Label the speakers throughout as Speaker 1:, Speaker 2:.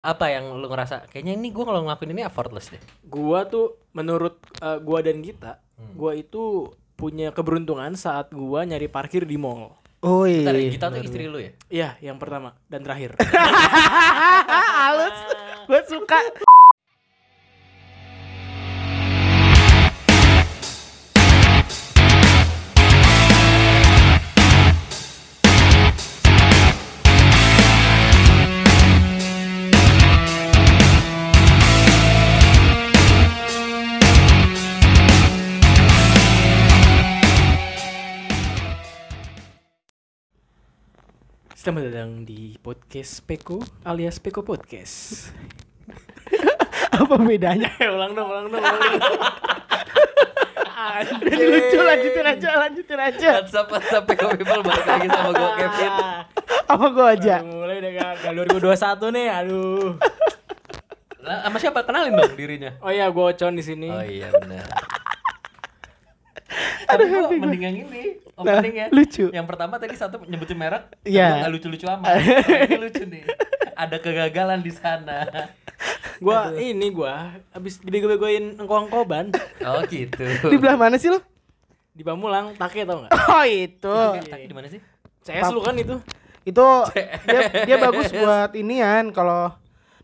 Speaker 1: Apa yang lu ngerasa kayaknya ini gua kalau ngelakuin ini effortless deh.
Speaker 2: Gua tuh menurut eh, gua dan Gita,
Speaker 3: Hmm.
Speaker 2: gua itu punya keberuntungan saat gua nyari parkir di mall.
Speaker 3: Oi.
Speaker 1: Bentar, kita tuh istri lu ya?
Speaker 2: Iya, yang pertama dan terakhir.
Speaker 3: Halus. Gue suka.
Speaker 2: Selamat datang di podcast Peko alias Peko Podcast.
Speaker 3: Apa bedanya?
Speaker 2: Eh, ulang dong, ulang dong. ulang dong.
Speaker 3: Udah lucu lanjutin aja, lanjutin aja.
Speaker 1: What's up, what's up, Peko People balik lagi sama gua Kevin.
Speaker 3: Apa gue aja?
Speaker 2: Udah mulai udah gagal 2021 nih, aduh.
Speaker 1: Lah, sama siapa? Kenalin dong dirinya.
Speaker 2: Oh iya, gua Ocon di sini.
Speaker 1: Oh iya benar. Tapi gua mending yang ini opening ya.
Speaker 3: Nah, lucu.
Speaker 1: Yang pertama tadi satu nyebutin merek,
Speaker 3: Iya.
Speaker 1: gua nggak lucu-lucu amat. Nah, ini lucu nih. Ada kegagalan di sana.
Speaker 2: Gua ini gua habis gede-gedein engkong-engkoban
Speaker 1: Oh gitu.
Speaker 3: Di belah mana sih lo?
Speaker 2: di Bamulang, take tau enggak?
Speaker 3: Oh itu.
Speaker 1: Tadi Iya, di mana sih?
Speaker 2: CS lu kan itu.
Speaker 3: Itu dia, dia bagus buat inian kalau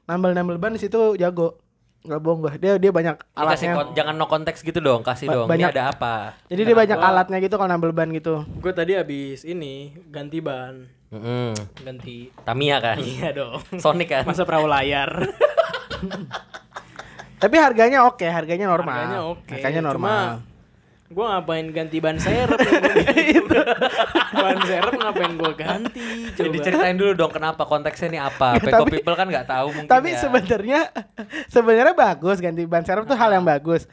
Speaker 3: nambel-nambel ban di situ jago. Gak bohong gue. Dia dia banyak
Speaker 1: Ini kasih kon-
Speaker 3: alatnya.
Speaker 1: jangan no konteks gitu dong, kasih
Speaker 3: Ba-
Speaker 1: dong. Ini
Speaker 3: banyak.
Speaker 1: ada apa?
Speaker 3: Jadi dia banyak alatnya gitu kalau nambel ban gitu.
Speaker 2: Gua tadi habis ini ganti ban,
Speaker 1: Mm-mm.
Speaker 2: ganti
Speaker 1: Tamiya kan.
Speaker 2: Iya dong.
Speaker 1: Sonic kan.
Speaker 2: Masa perahu layar.
Speaker 3: Tapi harganya oke, harganya normal.
Speaker 2: Harganya oke.
Speaker 3: Harganya normal.
Speaker 2: Cuma gua ngapain ganti ban serep? ya, gua gitu. ban serep ngapain gua ganti?
Speaker 1: Jadi
Speaker 2: Coba.
Speaker 1: diceritain dulu dong kenapa konteksnya ini apa.
Speaker 3: Nggak,
Speaker 1: Peko
Speaker 3: tapi-
Speaker 1: people kan nggak tahu mungkin
Speaker 3: Tapi
Speaker 1: ya.
Speaker 3: sebenarnya sebenarnya bagus ganti ban serep tuh hal yang bagus.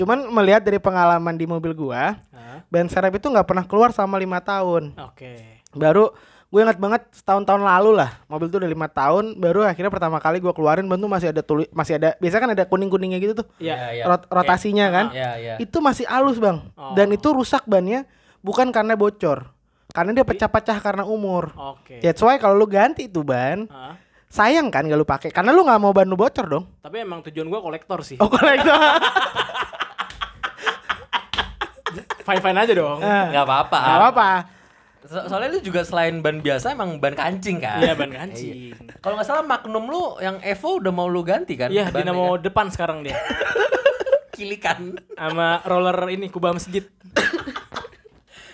Speaker 3: Cuman melihat dari pengalaman di mobil gua,
Speaker 2: Hah?
Speaker 3: ban serep itu nggak pernah keluar sama lima tahun.
Speaker 2: Oke.
Speaker 3: Baru gue ingat banget setahun-tahun lalu lah mobil tuh udah lima tahun baru akhirnya pertama kali gua keluarin ban tuh masih ada tuli masih ada biasa kan ada kuning kuningnya gitu tuh
Speaker 2: Ya.
Speaker 1: ya.
Speaker 3: rot- rotasinya kan
Speaker 1: Ya, ya.
Speaker 3: itu masih halus bang
Speaker 2: Oh.
Speaker 3: dan itu rusak bannya bukan karena bocor karena dia pecah-pecah karena umur
Speaker 2: Oke.
Speaker 3: That's why kalau lu ganti tuh ban,
Speaker 2: Hah?
Speaker 3: sayang kan gak lu pakai karena lu nggak mau ban lu bocor dong.
Speaker 2: Tapi emang tujuan gua kolektor sih.
Speaker 3: Oh kolektor.
Speaker 2: Fine fine aja dong.
Speaker 1: Nggak apa-apa.
Speaker 3: Gak apa-apa.
Speaker 1: So- soalnya lu juga selain ban biasa emang ban kancing kan?
Speaker 2: Iya ban kancing.
Speaker 1: Iya. Kalau nggak salah Magnum lu yang Evo udah mau lu ganti kan?
Speaker 2: Iya
Speaker 1: Bannya
Speaker 2: dinamo
Speaker 1: kan?
Speaker 2: depan sekarang dia.
Speaker 1: kilikan.
Speaker 2: Sama roller ini kubah masjid.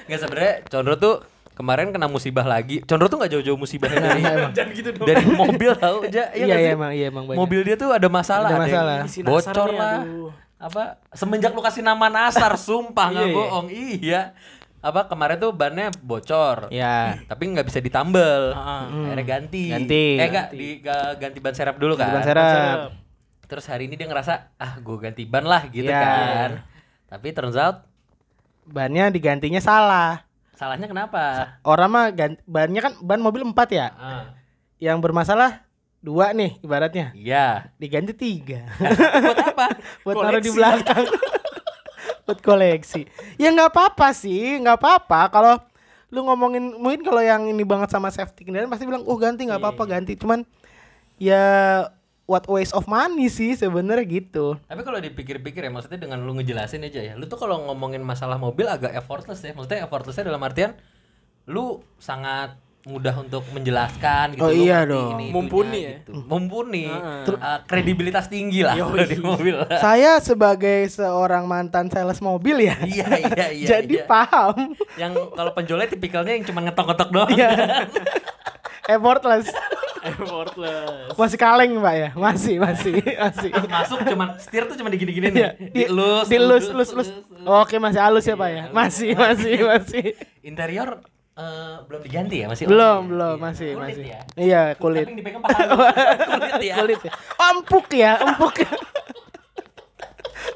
Speaker 1: Nggak sebenarnya Condro tuh kemarin kena musibah lagi. Condro tuh nggak jauh-jauh musibahnya dari
Speaker 2: Jangan gitu dong.
Speaker 1: dari mobil tau aja.
Speaker 3: Iya iya emang iya emang banyak.
Speaker 1: Mobil dia tuh ada masalah.
Speaker 3: Ada
Speaker 1: yang
Speaker 3: masalah.
Speaker 2: Isi nasar
Speaker 1: Ah, Bocor
Speaker 2: nih,
Speaker 1: lah.
Speaker 2: aduh.
Speaker 1: Apa semenjak lu kasih nama Nasar sumpah nggak
Speaker 2: Iya, iya.
Speaker 1: bohong. Iya. Apa kemarin tuh bannya bocor.
Speaker 3: Ya.
Speaker 1: Tapi nggak bisa ditambel.
Speaker 2: Ah,
Speaker 1: Akhirnya ganti.
Speaker 3: Hmm. Ganti.
Speaker 1: Eh enggak di ga- ganti ban serep dulu kan.
Speaker 3: Ban serep.
Speaker 1: Terus hari ini dia ngerasa ah gue ganti ban lah gitu
Speaker 3: Iya.
Speaker 1: kan. Tapi turns out
Speaker 3: Bannya digantinya salah.
Speaker 1: salahnya kenapa?
Speaker 3: Orang mah gan- bannya kan ban mobil 4 ya.
Speaker 1: Ah,
Speaker 3: Yang bermasalah dua nih ibaratnya.
Speaker 1: Iya. Kan?
Speaker 3: Diganti tiga.
Speaker 1: Buat apa?
Speaker 3: Buat taruh di
Speaker 2: Koleksi.
Speaker 3: belakang. Buat koleksi. Ya nggak apa-apa sih, nggak apa-apa kalau lu ngomongin mungkin kalau yang ini banget sama safety kendaraan pasti bilang oh ganti
Speaker 1: Iya,
Speaker 3: nggak apa-apa ganti cuman ya what waste of money sih sebenarnya gitu
Speaker 1: Tapi kalau dipikir-pikir ya maksudnya dengan lu ngejelasin aja ya. Lu tuh kalau ngomongin masalah mobil agak effortless ya. Maksudnya effortlessnya dalam artian lu sangat mudah untuk menjelaskan gitu
Speaker 3: Oh,
Speaker 1: Lu
Speaker 3: iya
Speaker 1: ngerti
Speaker 3: dong.
Speaker 1: itunya
Speaker 2: Mumpuni ya.
Speaker 1: gitu. Mumpuni.
Speaker 2: Heeh.
Speaker 1: Eh, kredibilitas tinggi lah kalau di mobil.
Speaker 3: saya sebagai seorang mantan sales mobil ya
Speaker 1: iya iya iya.
Speaker 3: jadi
Speaker 1: iya.
Speaker 3: paham
Speaker 1: yang kalau penjualnya tipikalnya yang cuma ngetok-ngetok doang.
Speaker 3: Iya. effortless
Speaker 2: Effortless.
Speaker 3: masih kaleng mbak ya masih masih masih
Speaker 1: Pas masuk cuman setir tuh cuma digini-gini
Speaker 3: Iya,
Speaker 1: nih. Dilus,
Speaker 3: di lus lus lus oke masih halus ya pak ya
Speaker 1: halus.
Speaker 3: masih masih masih
Speaker 1: Interior eh, belum diganti ya masih
Speaker 3: belum
Speaker 1: oke.
Speaker 3: belum
Speaker 1: Iya.
Speaker 3: masih
Speaker 1: Kulit
Speaker 3: masih
Speaker 1: ya.
Speaker 3: iya kulit
Speaker 1: Tapi yang dipegang paha lu. kulit ya.
Speaker 3: kulit ya Oh, empuk ya empuk ya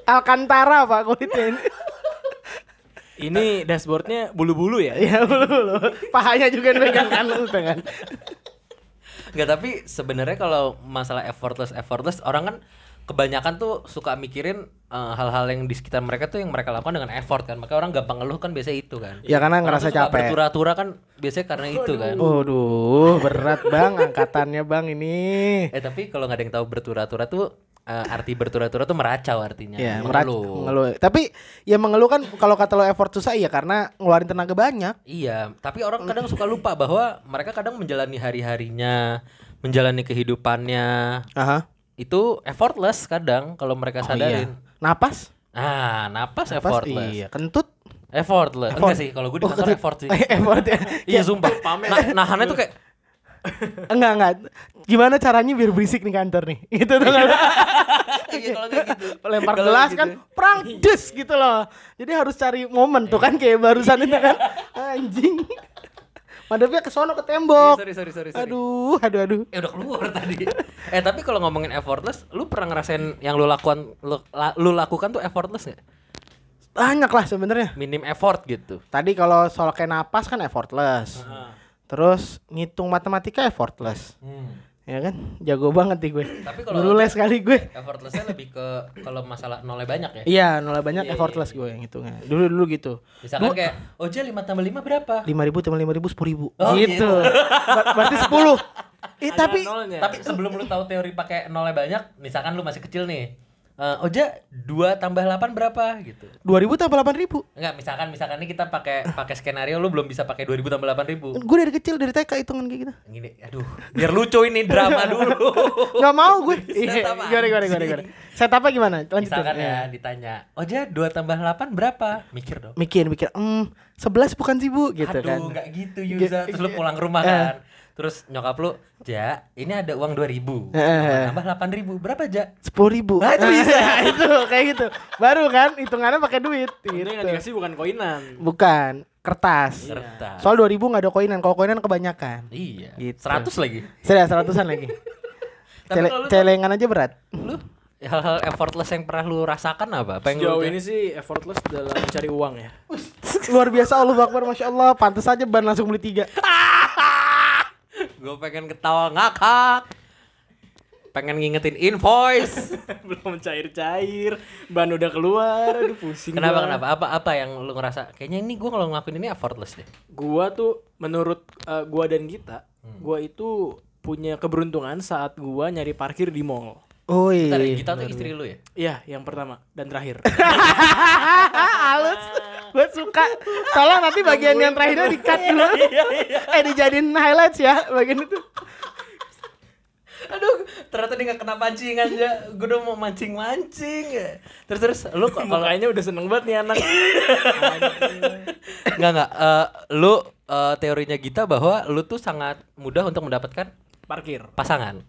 Speaker 3: Alcantara pak kulitnya ini
Speaker 2: Ini dashboardnya bulu-bulu ya.
Speaker 3: ya lu lu pahanya juga pegang kan lu tangan
Speaker 1: Enggak tapi sebenarnya kalau masalah effortless effortless orang kan kebanyakan tuh suka mikirin eh, hal-hal yang di sekitar mereka tuh yang mereka lakukan dengan effort kan. Makanya orang gampang ngeluh kan biasanya itu kan.
Speaker 3: Ya karena
Speaker 1: Orang
Speaker 3: ngerasa
Speaker 1: tuh suka
Speaker 3: capek.
Speaker 1: Bertura-tura kan biasanya karena itu kan.
Speaker 3: Waduh, berat bang angkatannya bang ini.
Speaker 1: Eh tapi kalau nggak ada yang tahu bertura-tura tuh eh, arti bertura-tura tuh meracau artinya.
Speaker 3: Ya, merat-
Speaker 1: Mengeluh.
Speaker 3: mengeluh. Tapi ya mengeluh kan kalau kata lo effort susah iya karena ngeluarin tenaga banyak.
Speaker 1: Iya, tapi orang kadang suka lupa bahwa mereka kadang menjalani hari-harinya, menjalani kehidupannya
Speaker 3: Aha.
Speaker 1: itu effortless kadang kalau mereka sadarin.
Speaker 3: Napas?
Speaker 1: Nah, napas,
Speaker 3: Oh, iya. Napas
Speaker 1: effortless.
Speaker 3: iya, kentut.
Speaker 1: Effortless.
Speaker 3: Effort.
Speaker 1: Enggak sih, kalau gue di
Speaker 3: Oh,
Speaker 1: kantor
Speaker 3: kentut.
Speaker 1: effort sih.
Speaker 3: effort ya.
Speaker 1: iya, sumpah. Nah, nahannya tuh kayak
Speaker 3: Enggak, enggak. Gimana caranya biar berisik nih kantor nih? Gitu tuh kan.
Speaker 1: iya kalau nggak gitu.
Speaker 3: Lempar
Speaker 1: Kalau
Speaker 3: gelas
Speaker 1: gitu.
Speaker 3: kan perang des gitu loh. Jadi harus cari momen tuh
Speaker 1: Iya.
Speaker 3: kan kayak barusan itu kan. Anjing. Madepnya ke sono ke
Speaker 1: Iya,
Speaker 3: tembok.
Speaker 1: sorry, sorry, sorry, sorry.
Speaker 3: Oh. Aduh, aduh, aduh.
Speaker 1: Eh udah keluar tadi. Eh tapi kalau ngomongin effortless, lu pernah ngerasain yang lu lakukan lu, la- lu lakukan tuh effortless gak?
Speaker 3: Banyak lah sebenarnya.
Speaker 1: Minim effort gitu.
Speaker 3: Tadi kalau soal kayak napas kan effortless. Terus ngitung matematika effortless.
Speaker 1: Hmm,
Speaker 3: Ya kan? Jago banget nih gue.
Speaker 1: Tapi kalau-
Speaker 3: Guru les kali gue.
Speaker 1: Effortlessnya lebih ke kalau masalah nolnya banyak ya.
Speaker 3: Iya, nolak banyak effortless
Speaker 1: iya.
Speaker 3: gue yang ngitungnya. Dulu dulu gitu.
Speaker 1: Misalkan kayak Oja 5 tambah 5 berapa?
Speaker 3: Lima ribu tambah lima ribu sepuluh ribu.
Speaker 1: Oh,
Speaker 3: gitu.
Speaker 1: gitu.
Speaker 3: Ber- berarti sepuluh. Eh
Speaker 2: Ada
Speaker 3: tapi
Speaker 2: nolnya.
Speaker 1: Tapi sebelum lu tahu teori pakai nolnya banyak, misalkan lu masih kecil nih. Eh, Oja 2 tambah 8 berapa gitu.
Speaker 3: dua ribu tambah delapan ribu.
Speaker 1: Enggak, misalkan misalkan nih kita pakai pakai skenario lu belum bisa pakai 2000 tambah 8000.
Speaker 3: Gue dari kecil dari TK hitungan kayak gitu.
Speaker 1: Gini, aduh, biar lucu ini drama dulu.
Speaker 3: Nggak mau gue. Iya,
Speaker 1: Setup
Speaker 3: Gimana gimana gimana gimana. Setupnya gimana? Lanjutin.
Speaker 1: misalkan
Speaker 3: Iya.
Speaker 1: ya ditanya, "Oja 2 tambah 8 berapa?" Mikir dong.
Speaker 3: Mikir mikir. Hmm, sebelas bukan sih bu gitu
Speaker 1: Aduh,
Speaker 3: kan. iya. Eh.
Speaker 1: nggak gitu Yuza. Terus lu pulang ke rumah kan. Terus nyokap lu, "Ja, ini ada uang 2000."
Speaker 3: Eh. Iya.
Speaker 1: Tambah 8000. Berapa, Ja?
Speaker 3: sepuluh ribu
Speaker 1: Nah, itu bisa.
Speaker 3: itu kayak gitu baru kan hitungannya pakai duit
Speaker 2: Itu yang
Speaker 3: gitu.
Speaker 2: dikasih bukan koinan.
Speaker 3: bukan kertas
Speaker 1: Kertas.
Speaker 3: soal dua ribu nggak ada koinan kalau koinan kebanyakan
Speaker 1: Iya.
Speaker 3: Gitu.
Speaker 1: 100 lagi.
Speaker 3: serius seratusan lagi
Speaker 1: Iya. Tapi
Speaker 3: Cele-
Speaker 1: kalau lu-
Speaker 3: celengan aja berat
Speaker 1: Lu hal-hal effortless yang pernah lu rasakan apa? Apa yang
Speaker 2: Sejauh
Speaker 1: lu
Speaker 2: ini sih effortless dalam mencari uang ya.
Speaker 3: luar biasa Allah Akbar masya Allah pantas aja ban langsung beli tiga
Speaker 1: Gue pengen ketawa ngakak. Pengen ngingetin invoice.
Speaker 2: Belum cair-cair, ban udah keluar, aduh pusing.
Speaker 1: kenapa
Speaker 2: gua.
Speaker 1: kenapa? Apa apa yang lu ngerasa? Kayaknya ini gua kalau ngelakuin ini effortless deh.
Speaker 2: Gua tuh menurut eh, gua dan kita, gua itu punya keberuntungan saat gua nyari parkir di mall.
Speaker 3: Oi,
Speaker 1: Tadi kita tuh istri lu ya.
Speaker 2: Iya, yang pertama dan terakhir.
Speaker 3: ah, halus. Gue suka. Tolong nanti bagian yang terakhirnya di cut dulu.
Speaker 1: Iya,
Speaker 3: eh dijadiin highlights ya bagian itu.
Speaker 1: Aduh, ternyata dia gak kena pancing aja. Gue udah mau mancing-mancing. ya." Terus terus lu kok kalau
Speaker 2: Makanya udah seneng banget nih anak.
Speaker 1: Enggak enggak Eh, lu eh, teorinya Gita bahwa lu tuh sangat mudah untuk mendapatkan
Speaker 2: parkir.
Speaker 1: pasangan.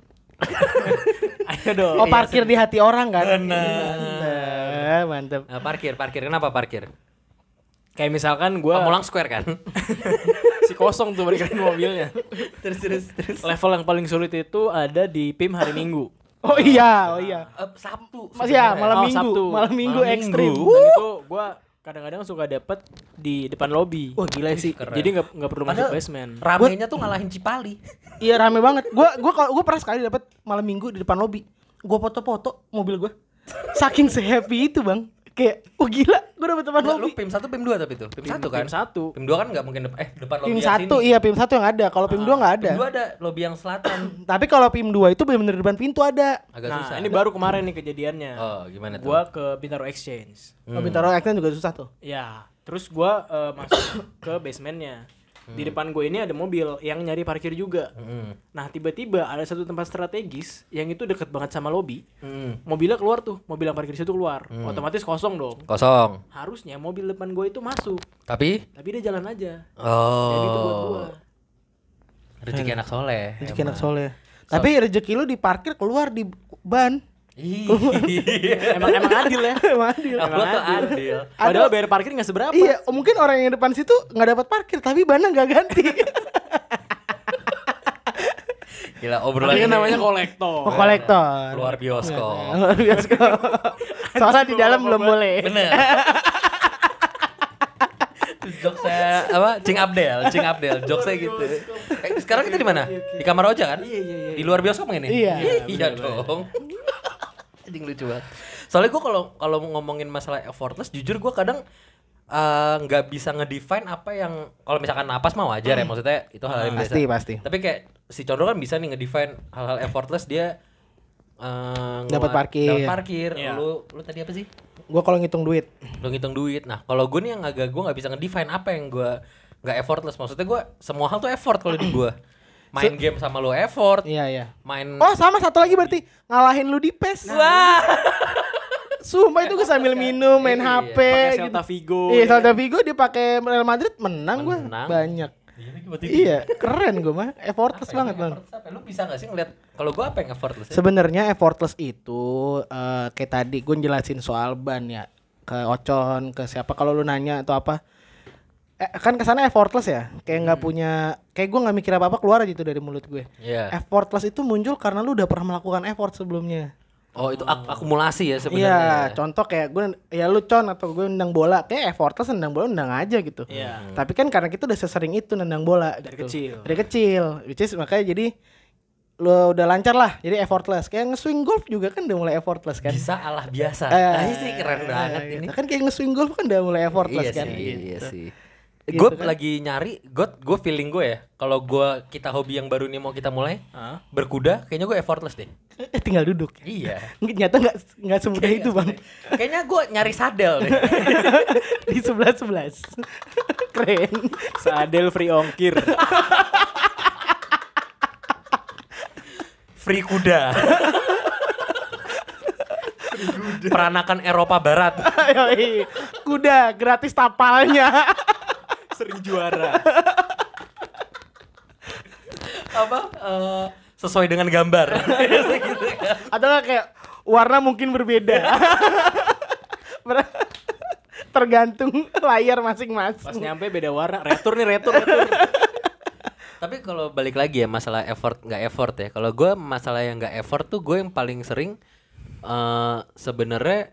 Speaker 2: Ayo dong.
Speaker 1: iya,
Speaker 3: Oh parkir di hati orang kan?
Speaker 1: Bener.
Speaker 3: Mantep, Mantep.
Speaker 1: Eh, parkir, parkir. Kenapa parkir?
Speaker 2: Kayak misalkan gua
Speaker 1: Pamulang Square kan?
Speaker 2: si kosong tuh balikin mobilnya.
Speaker 1: terus terus terus.
Speaker 2: Level yang paling sulit itu ada di PIM hari Minggu.
Speaker 3: Oh iya, oh iya.
Speaker 1: Eh, Sabtu.
Speaker 3: Mas ya
Speaker 1: sebenarnya.
Speaker 3: malam
Speaker 2: Oh,
Speaker 3: minggu,
Speaker 2: Sabtu.
Speaker 3: malam minggu
Speaker 1: Malam
Speaker 3: ekstrim.
Speaker 1: minggu.
Speaker 2: Dan itu gua kadang-kadang suka dapet di depan lobby.
Speaker 3: Wah gila sih.
Speaker 1: Keren.
Speaker 2: Jadi nggak nggak perlu masuk
Speaker 1: Padahal
Speaker 2: basement.
Speaker 1: Ramenya tuh ngalahin Cipali.
Speaker 3: Iya rame banget. Gua gua kalau gua pernah sekali dapat malam minggu di depan lobi. Gua foto-foto mobil gua. Saking se-happy itu, Bang. Kayak, oh gila, gua dapat depan
Speaker 1: Enggak, lu
Speaker 3: lobi.
Speaker 1: PIM 1 PIM 2 tapi tuh. PIM 1 kan?
Speaker 2: PIM satu.
Speaker 1: PIM 2 kan enggak mungkin dep- eh depan
Speaker 3: PIM
Speaker 1: lobi Ah,
Speaker 3: 1, iya PIM 1 yang ada. Kalau PIM 2 enggak ada.
Speaker 1: PIM 2 ada lobi yang selatan.
Speaker 3: Tapi kalau PIM 2 itu benar-benar depan pintu ada.
Speaker 1: Agak
Speaker 2: nah,
Speaker 1: susah.
Speaker 2: ini baru kemarin nih kejadiannya.
Speaker 1: Oh, gimana tuh?
Speaker 2: Gua ke Bintaro Exchange.
Speaker 3: Hmm. Bintaro Action juga susah tuh.
Speaker 2: Ya, terus gua eh, masuk ke basementnya.
Speaker 3: Hmm.
Speaker 2: Di depan gue ini ada mobil yang nyari parkir juga.
Speaker 1: Mm.
Speaker 2: Nah, tiba-tiba ada satu tempat strategis yang itu deket banget sama lobby.
Speaker 1: Mm.
Speaker 3: Hmm.
Speaker 2: Mobilnya keluar tuh, mobil yang parkir di situ keluar. Otomatis kosong dong.
Speaker 1: Kosong.
Speaker 2: Harusnya mobil depan gue itu masuk,
Speaker 1: Tapi
Speaker 2: tapi dia jalan aja. Jadi itu buat
Speaker 1: oh.
Speaker 2: gua.
Speaker 1: Rezeki anak soleh.
Speaker 3: Hmm. Rezeki anak
Speaker 1: Iya, emang.
Speaker 3: soleh. Tapi rezeki lu diparkir keluar di ban.
Speaker 1: Iya.
Speaker 2: Emang emang adil ya.
Speaker 3: Emang adil.
Speaker 1: Allah tuh adil.
Speaker 2: Padahal bayar parkir nggak seberapa.
Speaker 3: Iya, mungkin orang yang depan situ nggak dapat parkir tapi bannya nggak ganti.
Speaker 1: Gila obrolan
Speaker 2: Makanya
Speaker 1: ini
Speaker 2: namanya kolektor.
Speaker 3: Oh, kolektor. Iya,
Speaker 1: luar bioskop.
Speaker 3: Luar bioskop. Soalnya di dalam belum boleh.
Speaker 1: Bener. Jok saya apa? Cing Abdel, Cing Abdel, jok saya gitu. Eh, sekarang
Speaker 3: Iya,
Speaker 1: kita di mana? Di kamar Oja kan?
Speaker 2: Iya, iya, iya.
Speaker 1: Di luar bioskop nggak ini?
Speaker 3: Iya.
Speaker 1: Iya dong. anjing lucu banget. Soalnya gue kalau kalau ngomongin masalah effortless, jujur gue kadang eh, nggak bisa ngedefine apa yang kalau misalkan napas mah wajar ya maksudnya itu hal yang biasa.
Speaker 3: Hmm. Pasti, pasti.
Speaker 1: Tapi kayak si Condro kan bisa nih ngedefine hal-hal effortless dia eh,
Speaker 3: Dapat
Speaker 1: ngeluar-
Speaker 3: parkir.
Speaker 1: Dapat parkir.
Speaker 2: Iya.
Speaker 1: Lu lu tadi apa sih?
Speaker 3: Gue kalau ngitung duit,
Speaker 1: Lu ngitung duit. Nah, kalau gue nih yang agak gue nggak bisa ngedefine apa yang gue nggak effortless. Maksudnya gue semua hal tuh effort kalau di gue. Main game sama lu effort.
Speaker 3: iya iya.
Speaker 1: Main
Speaker 3: Oh sama satu lagi berarti ngalahin lu di pes.
Speaker 1: Nah. Wah.
Speaker 3: Sumpah itu gue sambil minum, main
Speaker 1: Iya,
Speaker 3: HP.
Speaker 2: Pakai
Speaker 3: gitu.
Speaker 2: Celta Vigo.
Speaker 3: Iya, Celta Vigo dia pakai Real Madrid menang gue
Speaker 1: Menang.
Speaker 3: banyak.
Speaker 1: Iya.
Speaker 3: Iya, keren gue mah. Effortless banget, Bang.
Speaker 1: Effortless apa? Lu bisa gak sih ngeliat kalau gua apa yang effortless? Ya?
Speaker 3: Sebenarnya effortless itu eh, kayak tadi gue jelasin soal ban ya ke Ocon ke siapa kalau lu nanya atau apa eh, kan kesana effortless ya kayak
Speaker 1: Hmm.
Speaker 3: nggak punya kayak gue nggak mikir apa apa keluar aja itu dari mulut gue
Speaker 1: Iya.
Speaker 3: effortless itu muncul karena lu udah pernah melakukan effort sebelumnya
Speaker 1: Oh, itu ak- akumulasi ya
Speaker 3: Iya,
Speaker 1: sebenarnya.
Speaker 3: contoh kayak gue ya lu con atau gue nendang bola, kayak effortless nendang bola nendang aja gitu.
Speaker 2: Iya.
Speaker 1: Hmm.
Speaker 3: Tapi kan karena kita udah sesering itu nendang bola
Speaker 2: Dari
Speaker 3: gitu.
Speaker 2: kecil.
Speaker 3: Dari kecil, which is makanya jadi lu udah lancar lah, jadi effortless. Kayak nge-swing golf juga kan udah mulai effortless kan.
Speaker 1: Bisa Allah biasa.
Speaker 3: Eh,
Speaker 1: Ah, ini sih keren banget
Speaker 3: gitu.
Speaker 1: ini.
Speaker 3: Kan kayak nge-swing golf kan udah mulai effortless
Speaker 1: Iya
Speaker 3: kan.
Speaker 1: sih, iya sih.
Speaker 3: Gitu
Speaker 1: gue
Speaker 3: kan.
Speaker 1: lagi nyari, gue gue feeling gue ya. Kalau gue kita hobi yang baru nih mau kita mulai
Speaker 2: Hah?
Speaker 1: berkuda, kayaknya gue effortless deh.
Speaker 3: Eh, tinggal duduk.
Speaker 1: Iya.
Speaker 3: Nggak- Nyata nggak nggak semudah itu bang
Speaker 1: Kayaknya gue nyari sadel deh.
Speaker 3: di sebelas sebelas keren
Speaker 2: Sadel free ongkir.
Speaker 1: Free kuda. Peranakan Eropa Barat.
Speaker 3: Yoi. kuda gratis tapalnya
Speaker 2: Sering juara.
Speaker 1: apa eh, sesuai dengan gambar Gitu kan.
Speaker 3: atau nggak kayak warna mungkin berbeda Ber- tergantung layar
Speaker 2: Pas
Speaker 3: masing-masing
Speaker 2: nyampe beda warna. Retur nih retur. retur.
Speaker 1: tapi kalau balik lagi ya masalah effort nggak effort ya kalau gue masalah yang nggak effort tuh gue yang paling sering eh sebenarnya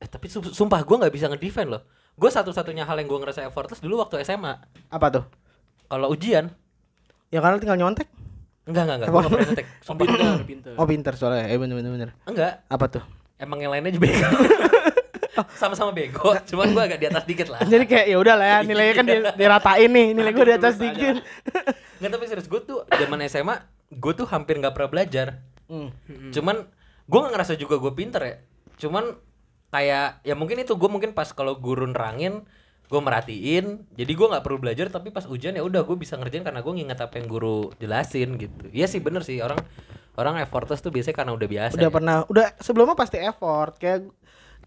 Speaker 1: eh, tapi su- sumpah gue nggak bisa ngedefend loh gue satu-satunya hal yang gue ngerasa effortless dulu waktu SMA
Speaker 3: apa tuh
Speaker 1: kalau ujian
Speaker 3: ya karena tinggal nyontek
Speaker 1: enggak enggak enggak gue nggak pernah ngetek
Speaker 2: Oh, pinter, pinter.
Speaker 3: oh pinter soalnya eh bener bener bener
Speaker 1: enggak
Speaker 3: apa tuh
Speaker 1: emang yang lainnya juga bego sama-sama bego cuman gue agak di atas dikit lah
Speaker 3: jadi kayak ya udah lah ya, nilainya kan di- diratain nih nilai gue di atas dikit
Speaker 1: Nggak tapi serius gue tuh zaman SMA gue tuh hampir nggak pernah belajar.
Speaker 3: Hmm.
Speaker 1: Cuman gue nggak ngerasa juga gue pinter ya. Cuman kayak ya mungkin itu gue mungkin pas kalau guru nerangin gue merhatiin jadi gue nggak perlu belajar tapi pas ujian ya udah gue bisa ngerjain karena gue nginget apa yang guru jelasin gitu iya sih bener sih orang orang effortless tuh biasanya karena udah biasa
Speaker 3: udah
Speaker 1: ya.
Speaker 3: pernah udah sebelumnya pasti effort kayak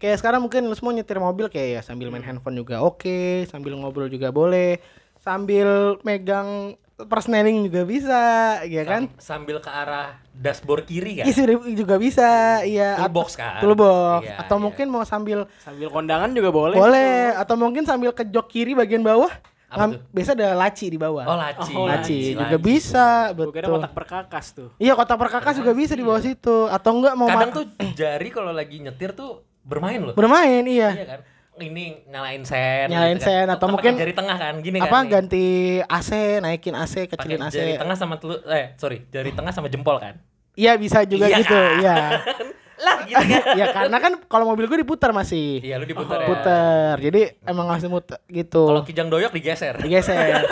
Speaker 3: kayak sekarang mungkin lu semua nyetir mobil kayak ya sambil main handphone juga oke sambil ngobrol juga boleh sambil megang persneling juga bisa ya kan
Speaker 1: Sam- sambil ke arah dashboard kiri kan
Speaker 3: Iya sudah juga bisa, iya.
Speaker 1: Toolbox
Speaker 3: atau-
Speaker 1: kan?
Speaker 3: Toolbox.
Speaker 1: Iya,
Speaker 3: atau
Speaker 1: iya.
Speaker 3: mungkin mau sambil
Speaker 2: Sambil kondangan juga boleh.
Speaker 3: boleh, atau mungkin sambil ke jok kiri bagian bawah.
Speaker 1: Apa
Speaker 3: ngam-
Speaker 1: tuh?
Speaker 3: Biasa ada laci di bawah.
Speaker 1: oh laci
Speaker 2: Oh,
Speaker 3: laci,
Speaker 2: laci,
Speaker 3: juga bisa,
Speaker 2: Gue kira
Speaker 3: betul.
Speaker 2: kotak perkakas tuh.
Speaker 3: Iya, kotak perkakas juga bisa di bawah situ. Atau enggak mau
Speaker 1: Iya. kadang
Speaker 3: ma-
Speaker 1: tuh jari kalau lagi nyetir tuh bermain loh
Speaker 3: bermain, iya.
Speaker 1: Iya kan? Ini nyalain sen. gitu kan.
Speaker 3: Nyalain sen, atau
Speaker 1: Pakai
Speaker 3: mungkin-
Speaker 1: jari tengah kan gini
Speaker 3: Apa
Speaker 1: kan. nih.
Speaker 3: ganti AC, naikin AC,
Speaker 1: Pakai
Speaker 3: kecilin
Speaker 1: jari
Speaker 3: AC.
Speaker 1: tengah sama telu eh sorry, jari tengah sama jempol kan.
Speaker 3: Iya, bisa juga
Speaker 1: Iya.
Speaker 3: gitu, iya.
Speaker 1: lah gitu kan.
Speaker 3: ya karena kan kalau mobil gue diputar masih.
Speaker 1: Iya lu diputar ya.
Speaker 3: Oh, Putar. Jadi emang harus muter gitu.
Speaker 1: Kalau kijang doyok digeser.
Speaker 3: digeser. Iya.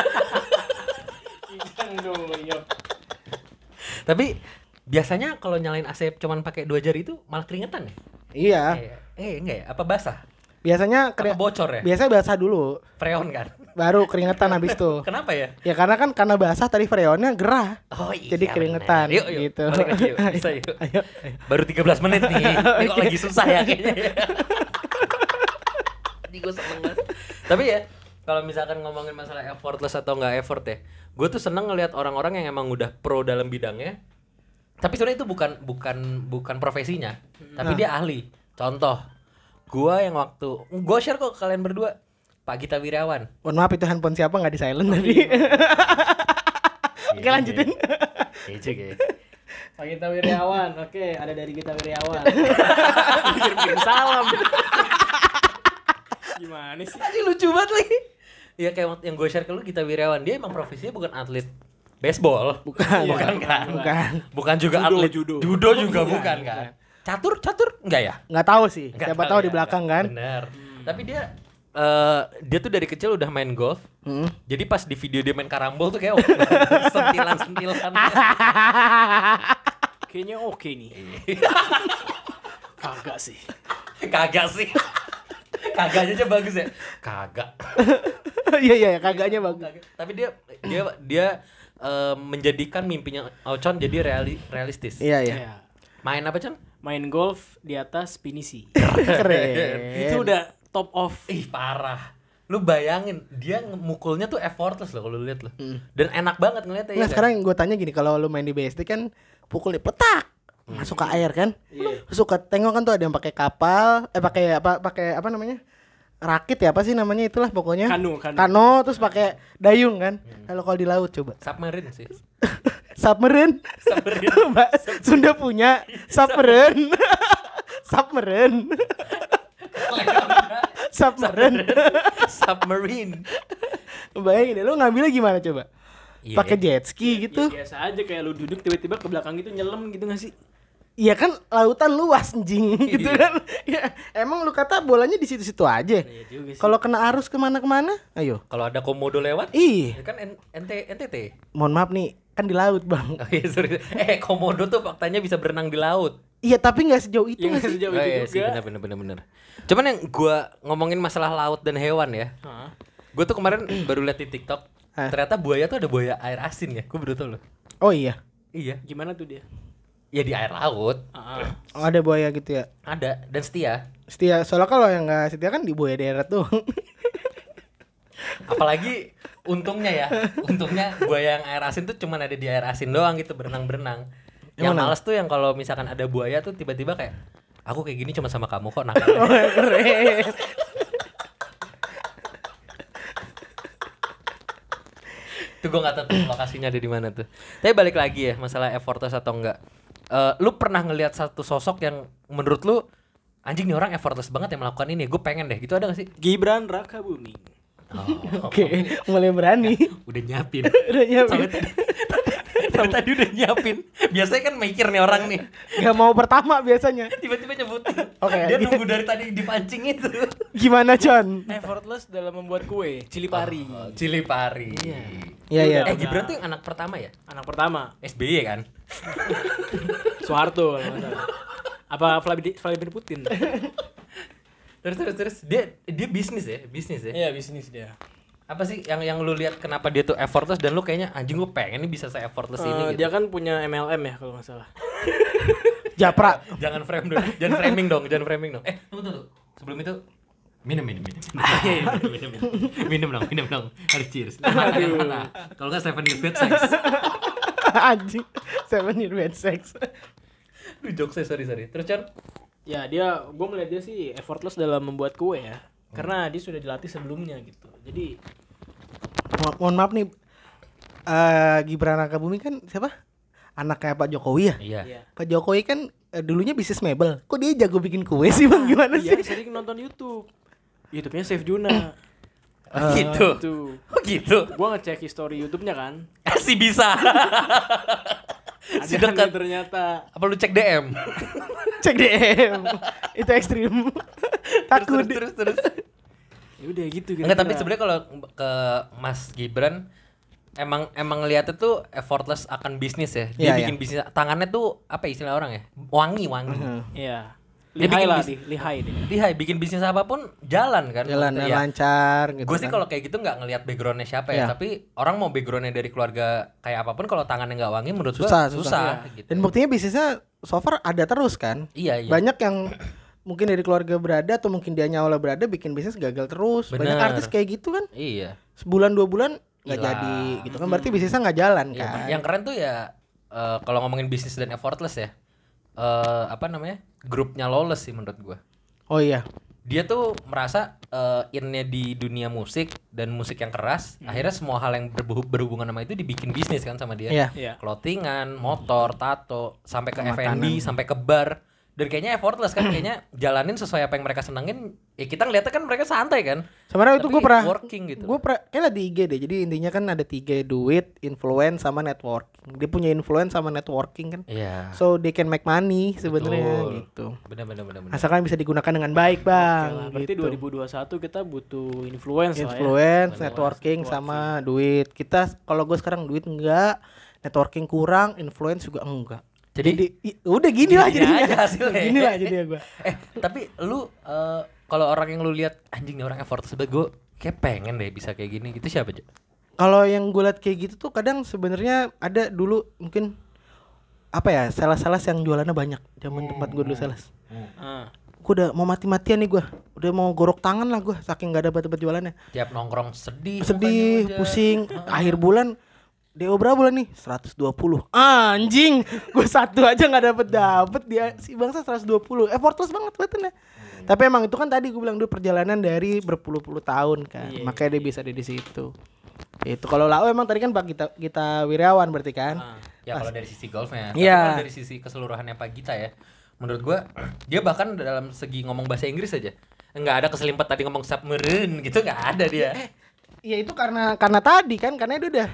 Speaker 1: Tapi biasanya kalau nyalain AC cuman pakai dua jari itu malah keringetan ya?
Speaker 3: iya.
Speaker 1: Eh, eh enggak ya? Apa basah?
Speaker 3: Biasanya
Speaker 1: Apa
Speaker 3: kre-
Speaker 1: bocor ya?
Speaker 3: biasanya basah dulu
Speaker 1: Freon kan.
Speaker 3: baru keringetan habis tuh
Speaker 1: Kenapa ya?
Speaker 3: ya karena kan karena basah tadi freonnya gerah
Speaker 1: Oh iya.
Speaker 3: Jadi
Speaker 1: benar.
Speaker 3: keringetan,
Speaker 1: Yuk, yuk.
Speaker 3: gitu.
Speaker 1: Balik lagi yuk. Bisa yuk.
Speaker 3: ayo
Speaker 1: Baru 13 menit nih. Ini kok lagi susah ya kayaknya. Ini gue seneng banget. Tapi ya, kalau misalkan ngomongin masalah effortless atau nggak effort ya, gue tuh seneng ngelihat orang-orang yang emang udah pro dalam bidangnya. Tapi sebenarnya itu bukan bukan bukan profesinya,
Speaker 3: Hmm.
Speaker 1: tapi
Speaker 3: Nah.
Speaker 1: dia ahli. Contoh, gue yang waktu gue share kok ke kalian berdua, Pak Gita Wirawan.
Speaker 3: mohon maaf itu handphone siapa nggak di silent tadi
Speaker 1: Oh,
Speaker 3: oke lanjutin
Speaker 1: Iya juga ya.
Speaker 2: Pak Gita Wiryawan, oke ada dari Gita Wiryawan. Kirim-kirim salam. Gimana sih?
Speaker 1: Anjing lucu banget lagi. Iya kayak waktu yang gue share ke lu Gita Wiryawan dia emang profesinya bukan atlet baseball.
Speaker 3: Bukan.
Speaker 1: bukan kan.
Speaker 3: bukan
Speaker 1: Bukan juga
Speaker 2: Judo,
Speaker 1: atlet
Speaker 2: judo.
Speaker 3: Iya,
Speaker 1: juga bukan, kan. catur catur enggak ya
Speaker 3: nggak tahu sih
Speaker 1: Nggak
Speaker 3: siapa
Speaker 1: tahu
Speaker 3: tahu
Speaker 1: ya,
Speaker 3: di belakang
Speaker 1: nggak-
Speaker 3: kan
Speaker 1: benar tapi dia eh, dia tuh dari kecil udah main golf
Speaker 3: Hmm.
Speaker 1: jadi pas di video dia main karambol tuh kayak oh, wah, sentilan sentilan
Speaker 2: Kayaknya oke nih. Kagak sih.
Speaker 1: kagak sih kagaknya aja bagus ya kagak
Speaker 3: iya iya iya, kagaknya bagus
Speaker 1: Kagak. tapi dia dia dia eh, menjadikan mimpinya Ocon jadi reali- realistis
Speaker 3: iya iya
Speaker 2: Ya.
Speaker 1: main apa Con?
Speaker 2: Main golf di atas pinisi.
Speaker 3: keren
Speaker 2: Itu udah top of
Speaker 1: ih parah lu bayangin dia nge- mukulnya tuh effortless loh kalau lu lihat loh dan enak banget ngeliatnya ya
Speaker 3: Hmm. Nah
Speaker 1: nggak?
Speaker 3: sekarang gue tanya gini kalau lu main di BSD kan pukulnya petak
Speaker 1: Hmm.
Speaker 3: masuk ke air kan
Speaker 1: Iya.
Speaker 3: masuk ke tengok kan tuh ada yang pakai kapal eh pakai apa pakai apa namanya rakit ya apa sih namanya itulah pokoknya
Speaker 2: Kanu, kanu.
Speaker 3: Kano, terus pakai dayung kan
Speaker 1: Hmm.
Speaker 3: kalau kalau di laut coba
Speaker 1: submarine sih
Speaker 3: submarine
Speaker 1: Submarine.
Speaker 3: Mbak, Sunda punya submarine submarine submarine
Speaker 1: submarine
Speaker 3: bayangin deh, lu ngambilnya gimana coba
Speaker 1: Iya,
Speaker 3: pakai
Speaker 1: ya.
Speaker 3: jet ski
Speaker 2: Ya,
Speaker 3: gitu
Speaker 2: biasa aja kayak lu duduk tiba-tiba ke belakang gitu nyelam gitu gak sih?
Speaker 3: Iya kan lautan luas anjing gitu
Speaker 1: Iya.
Speaker 3: kan. Ya, emang lu kata bolanya di situ-situ aja.
Speaker 2: Iya juga sih.
Speaker 3: Kalau kena arus kemana-kemana, ayo.
Speaker 1: kalau ada komodo lewat
Speaker 3: Ih,
Speaker 1: ya kan N- NT NTT
Speaker 3: mohon maaf nih, kan di laut bang.
Speaker 1: oh, iya, sorry. eh komodo tuh faktanya bisa berenang di laut
Speaker 3: Iya tapi nggak sejauh itu
Speaker 2: Yang
Speaker 3: nggak sih?
Speaker 2: sejauh
Speaker 1: Oh,
Speaker 2: itu
Speaker 1: iya sih
Speaker 2: juga.
Speaker 1: benar benar benar benar cuman yang gua ngomongin masalah laut dan hewan ya
Speaker 2: Hah?
Speaker 1: Gue tuh kemarin baru liat di TikTok,
Speaker 3: Hah?
Speaker 1: ternyata buaya tuh ada buaya air asin ya. Gue baru tau loh.
Speaker 3: Oh iya,
Speaker 1: Iya.
Speaker 2: Gimana tuh dia?
Speaker 1: Ya di air laut
Speaker 2: Ah, ah.
Speaker 3: Oh, ada buaya gitu ya.
Speaker 1: ada dan setia.
Speaker 3: Setia, soalnya kalau yang nggak setia kan di buaya daerah tuh.
Speaker 1: Apalagi untungnya ya, untungnya buaya yang air asin tuh cuman ada di air asin doang gitu berenang-berenang. Yang
Speaker 3: Emang
Speaker 1: males tuh yang kalau misalkan ada buaya tuh tiba-tiba kayak aku kayak gini cuma sama kamu kok nakal.
Speaker 3: Oh, iya, Keren.
Speaker 1: tuh gue nggak tahu tuh lokasinya ada di mana tuh. Tapi balik lagi ya masalah effortless atau enggak. Eh, lu pernah ngelihat satu sosok yang menurut lu anjing nih orang effortless banget yang melakukan ini. Gue pengen deh gitu ada gak sih?
Speaker 2: Gibran Raka Buming.
Speaker 1: Oh,
Speaker 3: Oke, mulai berani.
Speaker 1: udah nyiapin.
Speaker 3: Udah nyampe.
Speaker 1: Dari tadi udah nyiapin. Biasanya kan mikir nih orang nih.
Speaker 3: Gak mau pertama biasanya.
Speaker 1: Tiba-tiba nyebutin.
Speaker 3: Oke. gitu.
Speaker 1: Dia nunggu dari tadi dipancing itu.
Speaker 3: Gimana John?
Speaker 2: Effortless dalam membuat kue, Cilipari.
Speaker 1: Cili pari. Iya.
Speaker 3: Iya iya.
Speaker 1: Eh Gibran tuh yang anak pertama ya?
Speaker 2: Anak pertama,
Speaker 1: SBY kan?
Speaker 2: Soeharto. kalau nggak salah. Apa Vladimir, Vladimir Putin?
Speaker 1: Terus terus terus dia dia bisnis ya, bisnis ya.
Speaker 2: Iya, bisnis dia.
Speaker 1: Apa sih yang yang lu lihat kenapa dia tuh effortless dan lu kayaknya anjing gue pengen nih bisa se effortless ini
Speaker 2: Eh,
Speaker 3: Oh,
Speaker 1: gitu.
Speaker 2: Dia kan punya MLM ya kalau nggak salah.
Speaker 3: Japra.
Speaker 1: Jangan frame dong, jangan framing dong, jangan framing dong. Eh, tunggu tunggu. Sebelum itu minum minum minum. iya, minum, minum, minum. minum dong, minum dong. Harus cheers. Mana yang mana? Kalau nggak seven years bad sex.
Speaker 3: Anjing. Seven year bad sex.
Speaker 1: Duh, jokes saya sorry sorry. Terus Chan,
Speaker 2: Ya dia, gue melihat dia sih effortless dalam membuat kue ya. Karena dia sudah dilatih sebelumnya gitu. Jadi
Speaker 3: Mo- mohon maaf nih eh Gibran Rakabumi kan siapa anaknya Pak Jokowi ya
Speaker 1: Iya.
Speaker 2: ya.
Speaker 3: Pak Jokowi kan eh, dulunya bisnis mebel kok dia jago bikin kue sih bang gimana
Speaker 2: Iya,
Speaker 3: sih
Speaker 2: sering nonton YouTube. YouTube-nya Safe Juna.
Speaker 1: Oh, gitu.
Speaker 2: Tuh.
Speaker 1: Oh gitu. Eh,
Speaker 2: Gua ngecek history YouTube-nya kan.
Speaker 1: Si bisa.
Speaker 2: Ada
Speaker 1: si
Speaker 2: yang
Speaker 1: dekat.
Speaker 2: ternyata
Speaker 1: Apa lu cek DM?
Speaker 3: cek DM itu ekstrim takut
Speaker 1: terus terus terus.
Speaker 2: ya udah gitu kira-kira.
Speaker 1: Enggak, tapi sebenarnya kalau ke Mas Gibran emang emang lihatnya tuh effortless akan bisnis ya. Dia
Speaker 3: Iya,
Speaker 1: bikin
Speaker 3: iya.
Speaker 1: bisnis tangannya tuh apa istilah orang ya? Wangi, wangi.
Speaker 3: Hmm.
Speaker 2: Iya.
Speaker 1: Dia
Speaker 2: Lihai
Speaker 1: bikin
Speaker 2: lah,
Speaker 1: bis-
Speaker 2: di, lihai deh.
Speaker 1: Lihai Iya, bikin bisnis apapun jalan kan.
Speaker 3: jalan
Speaker 1: Maksudnya,
Speaker 3: lancar gitu
Speaker 1: Gue sih
Speaker 3: kan.
Speaker 1: kalau kayak gitu nggak ngelihat backgroundnya siapa ya,
Speaker 3: Iya.
Speaker 1: tapi orang mau backgroundnya dari keluarga kayak apapun kalau tangannya nggak wangi menurut gue
Speaker 3: Susah,
Speaker 1: susah,
Speaker 3: susah. Iya.
Speaker 1: gitu.
Speaker 3: dan buktinya bisnisnya so far ada terus kan
Speaker 1: iya iya.
Speaker 3: banyak yang mungkin dari keluarga berada atau mungkin dia nyawa berada bikin bisnis gagal terus banyak
Speaker 1: Bener.
Speaker 3: artis kayak gitu kan
Speaker 1: Iya.
Speaker 3: sebulan dua bulan nggak
Speaker 1: Hilang.
Speaker 3: jadi gitu kan berarti bisnisnya nggak jalan
Speaker 1: Iya,
Speaker 3: kan
Speaker 1: yang keren tuh ya eh, kalau ngomongin bisnis dan effortless ya. eh, apa namanya? Grupnya Lawless sih menurut gua.
Speaker 3: oh iya
Speaker 1: Dia tuh merasa eh, innya di dunia musik dan musik yang keras,
Speaker 3: Hmm.
Speaker 1: akhirnya semua hal yang berbu- berhubungan sama itu dibikin bisnis kan sama dia.
Speaker 3: Iya.
Speaker 2: Iya.
Speaker 1: Clothingan, motor, tato, sampai ke
Speaker 3: Makanan.
Speaker 1: F&B, sampai ke bar. dan kayaknya effortless kan kayaknya jalanin sesuai apa yang mereka senengin ya kita ngeliatnya kan mereka santai kan
Speaker 3: Sebenarnya Nah, itu
Speaker 1: Tapi
Speaker 3: gue pernah
Speaker 1: working gitu.
Speaker 3: Gue pernah kayak di IG deh. Jadi intinya kan ada tiga duit, influence sama networking. Dia punya influence sama networking kan.
Speaker 1: iya
Speaker 3: So they can make money
Speaker 1: Betul.
Speaker 3: sebenarnya gitu.
Speaker 1: bener bener bener bener
Speaker 3: Asalkan bisa digunakan dengan baik,
Speaker 2: Oke lah,
Speaker 3: Bang.
Speaker 2: berarti
Speaker 3: gitu.
Speaker 2: 2021 kita butuh influence, lah ya.
Speaker 3: influence, networking sama duit. Kita kalau gue sekarang duit enggak, networking kurang, influence juga enggak.
Speaker 1: jadi
Speaker 3: Jadi i- udah gini lah
Speaker 1: Gini
Speaker 3: jadinya.
Speaker 1: aja hasilnya.
Speaker 3: Gini lah jadinya gue.
Speaker 1: eh tapi lu eh, kalau orang yang lu lihat anjing nih orang effortless banget gue kayak pengen deh bisa kayak gini gitu siapa aja
Speaker 3: Kalau yang gue liat kayak gitu tuh kadang sebenarnya ada dulu mungkin apa ya salah-salah yang jualannya banyak zaman tempat gue dulu sales.
Speaker 2: Ah.
Speaker 3: Gue udah mau mati-matian nih gue, udah mau gorok tangan lah gue saking gak ada tempat jualannya.
Speaker 1: tiap nongkrong sedih
Speaker 3: Sedih,
Speaker 1: mukanya, Ujar.
Speaker 3: pusing, akhir bulan DO berapa bulan nih? 120 Anjing Gue satu aja gak dapet dapet dia Si bangsa 120 Effortless Eh, banget kelihatannya Tapi emang itu kan tadi gue bilang dulu perjalanan dari berpuluh-puluh tahun kan Makanya dia bisa ada di situ Itu kalau Lau emang tadi kan Pak Gita, Gita Wiryawan berarti kan
Speaker 1: ya kalau dari sisi golfnya Tapi
Speaker 3: Iya.
Speaker 1: kalau dari sisi keseluruhannya Pak Gita ya menurut gua dia bahkan dalam segi ngomong bahasa Inggris aja nggak ada keselimpet tadi ngomong submarine gitu nggak ada dia
Speaker 3: Ya itu karena karena tadi kan Karena dia udah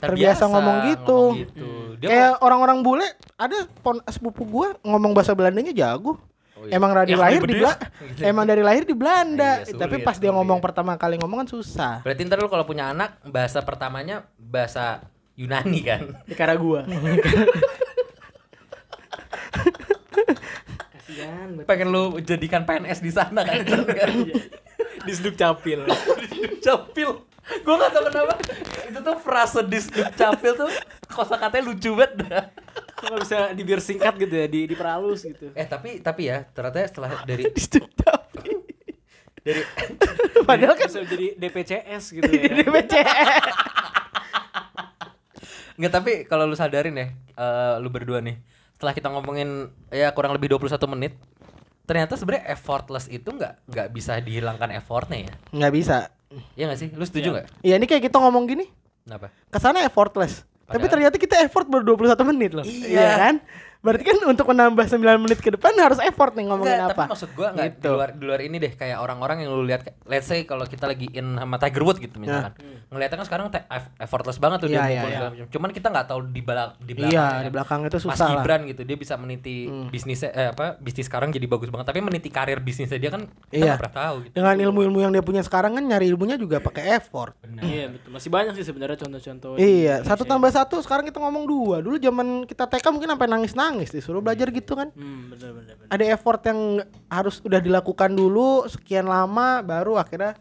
Speaker 3: terbiasa,
Speaker 1: Terbiasa
Speaker 3: ngomong gitu,
Speaker 1: ngomong gitu. Dia
Speaker 3: Kayak orang-orang bule ada pon sepupu gue ngomong bahasa Belandanya jago
Speaker 1: Oh iya.
Speaker 3: Emang dari
Speaker 1: Ya,
Speaker 3: lahir
Speaker 1: gede.
Speaker 3: di Bela- emang dari lahir di Belanda,
Speaker 1: Iya, sulit,
Speaker 3: tapi pas dia ngomong pertama kali ngomong kan susah.
Speaker 1: berarti ntar lu kalau punya anak bahasa pertamanya bahasa Yunani kan
Speaker 2: Di Karagua.
Speaker 1: pengen lu jadikan PNS di sana kan
Speaker 2: Di Seduk Capil.
Speaker 1: Disduk capil gue gak tau kenapa itu tuh frase disduk capil tuh kosakatanya lucu banget dah.
Speaker 2: Cuma bisa dibiar singkat gitu ya, di diperhalus gitu.
Speaker 1: eh tapi tapi ya ternyata setelah dari dari
Speaker 3: Padahal kan
Speaker 2: bisa jadi DPCS gitu
Speaker 3: di
Speaker 2: ya.
Speaker 3: DPCS.
Speaker 1: Nggak tapi kalau lu sadarin ya, eh, lu berdua nih. Setelah kita ngomongin ya kurang lebih 21 menit, ternyata sebenarnya effortless itu nggak nggak bisa dihilangkan effortnya ya.
Speaker 3: Nggak bisa.
Speaker 1: Iya nggak sih? Lu setuju nggak?
Speaker 3: Ya ini kayak kita ngomong gini,
Speaker 1: Kenapa?
Speaker 3: kesana effortless. Tapi ternyata kita effort baru 21 menit loh.
Speaker 1: Iya.
Speaker 3: kan? Berarti kan untuk menambah 9 menit ke depan harus effort nih ngomongin
Speaker 1: Nggak,
Speaker 3: apa.
Speaker 1: tapi maksud gua nggak di
Speaker 3: Gitu.
Speaker 1: luar di luar ini deh kayak orang-orang yang lu lihat kayak- let's say kalau kita lagi in sama Tiger Woods gitu misalkan. Ngeliatnya kan sekarang te- eff- effortless banget tuh
Speaker 3: Hmm. Iya,
Speaker 1: dia
Speaker 3: iya,
Speaker 1: mukul
Speaker 3: iya.
Speaker 1: segala macam. Cuman kita nggak tahu di belakang di belakang.
Speaker 3: Iya,
Speaker 1: ya kan.
Speaker 3: di belakang itu
Speaker 1: Mas
Speaker 3: susah lah. Hmm.
Speaker 1: Gibran gitu dia bisa meniti bisnisnya eh, apa bisnis sekarang jadi bagus banget tapi meniti karir bisnisnya dia kan kita
Speaker 3: Iya.
Speaker 1: nggak pernah tahu gitu.
Speaker 3: Dengan ilmu-ilmu yang dia punya sekarang kan nyari ilmunya juga pakai effort.
Speaker 2: Iya, betul. Masih banyak sih sebenarnya contoh-contoh. di
Speaker 3: Iya, satu tambah satu sekarang kita ngomong dua. Dulu zaman kita TK mungkin sampai nangis-nangis disuruh belajar gitu kan.
Speaker 2: Hmm, benar benar benar.
Speaker 3: ada effort yang harus udah dilakukan dulu sekian lama baru akhirnya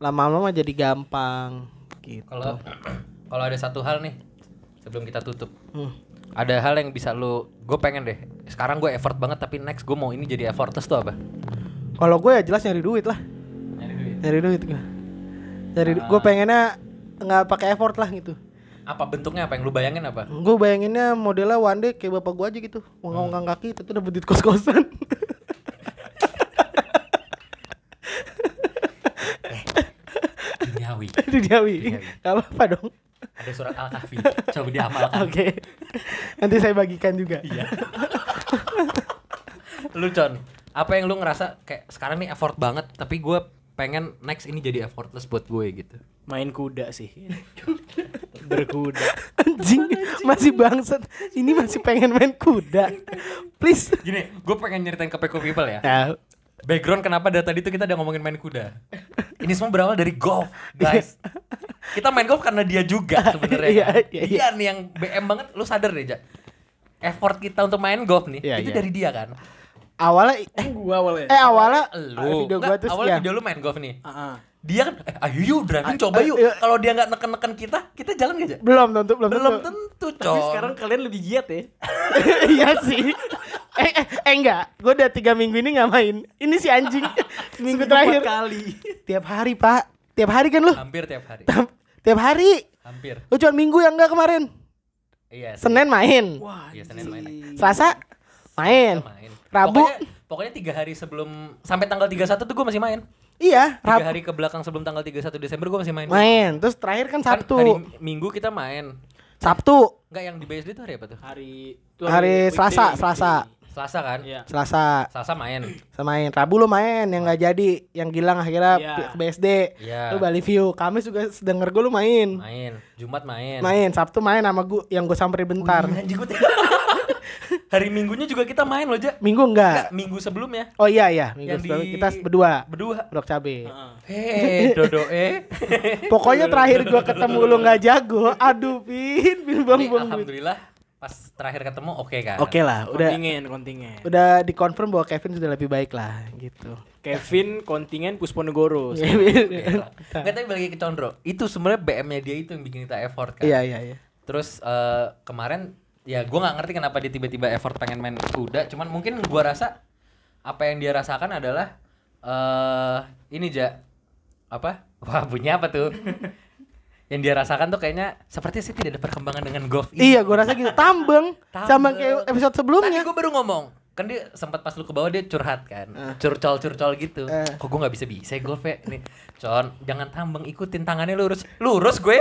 Speaker 3: lama-lama jadi gampang gitu.
Speaker 1: Kalau kalau ada satu hal nih sebelum kita tutup,
Speaker 3: Hmm.
Speaker 1: ada hal yang bisa lu, gue pengen deh. Sekarang gue effort banget tapi next gue mau ini jadi effortless tuh apa?
Speaker 3: Kalau gue ya jelas nyari duit lah,
Speaker 1: Nyari duit.
Speaker 3: nyari duit gue. Nyari du- gue pengennya nggak pakai effort lah gitu.
Speaker 1: Apa bentuknya apa yang lu bayangin apa?
Speaker 3: Gue bayanginnya modelnya one day kayak bapak gue aja gitu, mengongkang kaki itu udah duit kos-kosan.
Speaker 1: Duniawi.
Speaker 3: Duniawi. Gak apa-apa dong.
Speaker 1: Ada surat al kahfi. Coba diamalkan.
Speaker 3: Oke. Nanti saya bagikan juga.
Speaker 1: Iya. Lu con, apa yang lu ngerasa kayak sekarang nih effort banget tapi gue pengen next ini jadi effortless buat gue gitu.
Speaker 2: Main kuda sih. Berkuda.
Speaker 3: Anjing, masih bangsat. Ini masih pengen main kuda. Please.
Speaker 1: Gini, gue pengen nyeritain ke Peko People ya.
Speaker 3: Nah,
Speaker 1: Background kenapa dari tadi itu kita udah ngomongin main kuda. Ini semua berawal dari golf, guys. kita main golf karena dia juga sebenarnya.
Speaker 3: Iya,
Speaker 1: kan.
Speaker 3: iya,
Speaker 1: dia nih yang BM banget, lu sadar deh, Ja. Effort kita untuk main golf nih,
Speaker 3: Iya,
Speaker 1: itu
Speaker 3: iya.
Speaker 1: dari dia kan.
Speaker 3: awalnya eh,
Speaker 2: Gua awalnya.
Speaker 3: eh awalnya
Speaker 1: Lu,
Speaker 3: video gua
Speaker 1: Nggak,
Speaker 3: tuh iya. ya.
Speaker 1: awalnya
Speaker 3: sekian.
Speaker 1: video lu main golf nih.
Speaker 2: Ah, ah.
Speaker 1: Dia kan, eh, ayo yuk driving coba
Speaker 3: ah,
Speaker 1: yuk.
Speaker 3: iya.
Speaker 1: Kalau dia nggak neken-neken kita, kita jalan gak, Ja?
Speaker 3: belum tentu belum,
Speaker 1: Belum
Speaker 3: tentu.
Speaker 1: tentu,
Speaker 2: Tapi
Speaker 1: Con.
Speaker 2: sekarang kalian lebih giat ya.
Speaker 3: iya sih eh, eh, eh enggak gue udah tiga minggu ini nggak main ini si anjing minggu
Speaker 2: Seminggu
Speaker 3: terakhir
Speaker 2: empat kali.
Speaker 3: tiap hari pak tiap hari kan lu
Speaker 1: hampir tiap hari.
Speaker 3: tiap hari
Speaker 1: Hampir.
Speaker 3: lu cuma minggu yang enggak kemarin
Speaker 1: Iya. sih.
Speaker 3: senin main
Speaker 2: Wah,
Speaker 1: Iya, Senin main.
Speaker 3: selasa main
Speaker 1: Kita main.
Speaker 3: Rabu.
Speaker 1: Pokoknya, pokoknya tiga hari sebelum sampai tanggal 31 tuh gue masih main.
Speaker 3: iya
Speaker 1: Tiga
Speaker 3: rabu
Speaker 1: hari ke belakang sebelum tanggal 31 Desember gue masih main.
Speaker 3: main terus terakhir kan
Speaker 1: Kan hari
Speaker 3: sabtu
Speaker 1: Minggu kita main.
Speaker 3: sabtu
Speaker 1: Enggak yang di BSD itu hari apa tuh?
Speaker 2: hari itu
Speaker 3: hari
Speaker 2: weekday,
Speaker 3: selasa
Speaker 2: weekday.
Speaker 3: selasa
Speaker 1: Selasa kan?
Speaker 2: Iya.
Speaker 3: Selasa
Speaker 1: Selasa main.
Speaker 3: samain Rabu lo main yang nggak jadi yang Gilang akhirnya
Speaker 2: Iya.
Speaker 3: ke BSD
Speaker 1: Iya.
Speaker 3: lu Bali View Kamis juga denger gue lu main
Speaker 1: Main. Jumat main. Oh, iya.
Speaker 3: main Sabtu main sama gue yang gue samperin bentar
Speaker 1: Wih, anjing, gua tiga- Hari Minggunya juga kita main loh, Ja.
Speaker 3: Minggu
Speaker 1: Enggak,
Speaker 3: enggak
Speaker 1: minggu sebelumnya.
Speaker 3: oh iya iya minggu
Speaker 1: Yang
Speaker 3: sebelum
Speaker 1: di- Ah.
Speaker 3: kita berdua
Speaker 1: Berdua.
Speaker 3: blok cabe
Speaker 1: Hei, Dodo eh.
Speaker 3: pokoknya terakhir gue ketemu lu nggak jago aduh pin pin bang
Speaker 1: Tapi
Speaker 3: bang Pin.
Speaker 1: alhamdulillah pas terakhir ketemu oke kan.
Speaker 3: oke lah Ah, udah
Speaker 2: kontingen kontingen
Speaker 3: udah dikonfirm bahwa Kevin sudah lebih baik lah gitu
Speaker 2: Kevin kontingen Pusponegoro
Speaker 1: Iya,
Speaker 3: Iya.
Speaker 1: Enggak tapi balik lagi ke Condro. Itu sebenarnya BM-nya dia itu yang bikin kita effort kan.
Speaker 3: iya iya iya
Speaker 1: Terus eh, kemarin ya gua nggak ngerti kenapa dia tiba-tiba effort pengen main kuda, cuman mungkin gua rasa apa yang dia rasakan adalah eh ini Ja apa? Wah, bunyinya apa tuh? yang dia rasakan tuh kayaknya seperti sih tidak ada perkembangan dengan golf ini.
Speaker 3: iya gue rasa gitu tambeng sama kayak episode
Speaker 1: Tadi
Speaker 3: sebelumnya
Speaker 1: gue baru ngomong kan dia sempat pas lu ke bawah dia curhat kan curcol curcol gitu
Speaker 3: Eh.
Speaker 1: kok gue nggak bisa bisa golf ya nih con jangan tambeng ikutin tangannya lurus lurus gue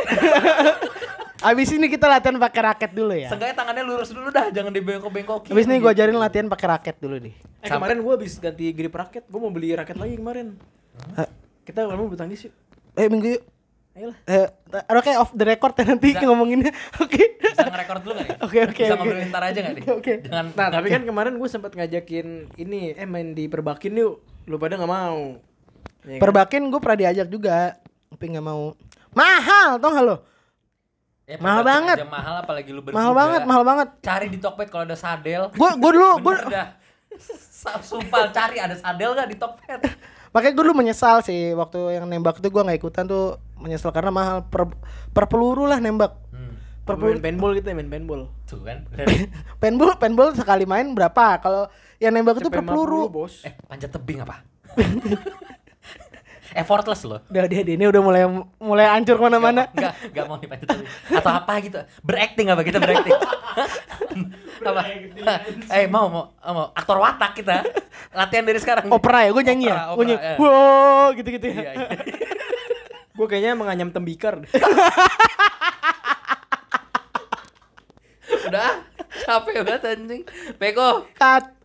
Speaker 3: abis ini kita latihan pakai raket dulu ya
Speaker 1: Seenggaknya tangannya lurus dulu dah jangan Gitu. dibengkok bengkokin
Speaker 3: abis ini gue ajarin latihan pakai raket dulu nih
Speaker 2: eh kemarin gue habis ganti grip raket gue mau beli raket lagi kemarin
Speaker 3: Eh,
Speaker 2: kita kamu bulu tangkis yuk
Speaker 3: eh minggu yuk
Speaker 2: ayolah
Speaker 3: Eh, ta- oke off the record ya nanti
Speaker 1: Bisa.
Speaker 3: ngomonginnya. Oke.
Speaker 1: bisa ngerekord dulu nggak nih
Speaker 3: Oke, oke,
Speaker 1: bisa
Speaker 3: oke.
Speaker 1: ngobrolin ntar aja nggak nih
Speaker 3: Oke, oke.
Speaker 1: jangan
Speaker 2: nah tapi kan kemarin gue sempat ngajakin ini eh main di perbakin yuk lu pada nggak mau Ya kan?
Speaker 3: Perbakin gue pernah diajak juga, tapi nggak mau. Mahal tau nggak lo?
Speaker 1: Ya,
Speaker 3: Mahal
Speaker 1: perbakin
Speaker 3: banget.
Speaker 1: aja mahal apalagi lu berkuda
Speaker 3: Mahal banget, mahal banget.
Speaker 1: cari di Tokped kalau ada sadel
Speaker 3: Gue gue dulu gue
Speaker 1: bener dah Sa- sumpah cari ada sadel nggak di Tokped
Speaker 3: makanya gue dulu menyesal sih waktu yang nembak itu gue nggak ikutan tuh menyesal karena mahal per, per peluru lah nembak.
Speaker 1: hmm,
Speaker 3: Per
Speaker 2: main paintball gitu ya main paintball
Speaker 1: tuh kan
Speaker 3: Paintball, paintball sekali main berapa? Kalau yang nembak itu
Speaker 2: Cepet
Speaker 3: per
Speaker 2: 50,
Speaker 3: peluru.
Speaker 2: bos
Speaker 1: eh panjat tebing apa effortless loh
Speaker 3: Udah dia dia ini udah mulai mulai hancur kemana-mana.
Speaker 1: Enggak, enggak mau dipanjat tebing. Atau apa gitu. Beracting apa kita beracting? apa? eh, mau mau mau aktor watak kita. Latihan dari sekarang.
Speaker 3: Opera ya, gue nyanyi
Speaker 1: Opera,
Speaker 3: ya,
Speaker 1: opera,
Speaker 3: gue nyanyi,
Speaker 1: ya.
Speaker 3: wow gitu-gitu ya.
Speaker 1: Iya, iya.
Speaker 2: gue kayaknya menganyam tembikar deh.
Speaker 1: Udah, capek banget anjing. Peko,
Speaker 3: Cut.